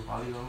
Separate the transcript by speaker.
Speaker 1: Polygon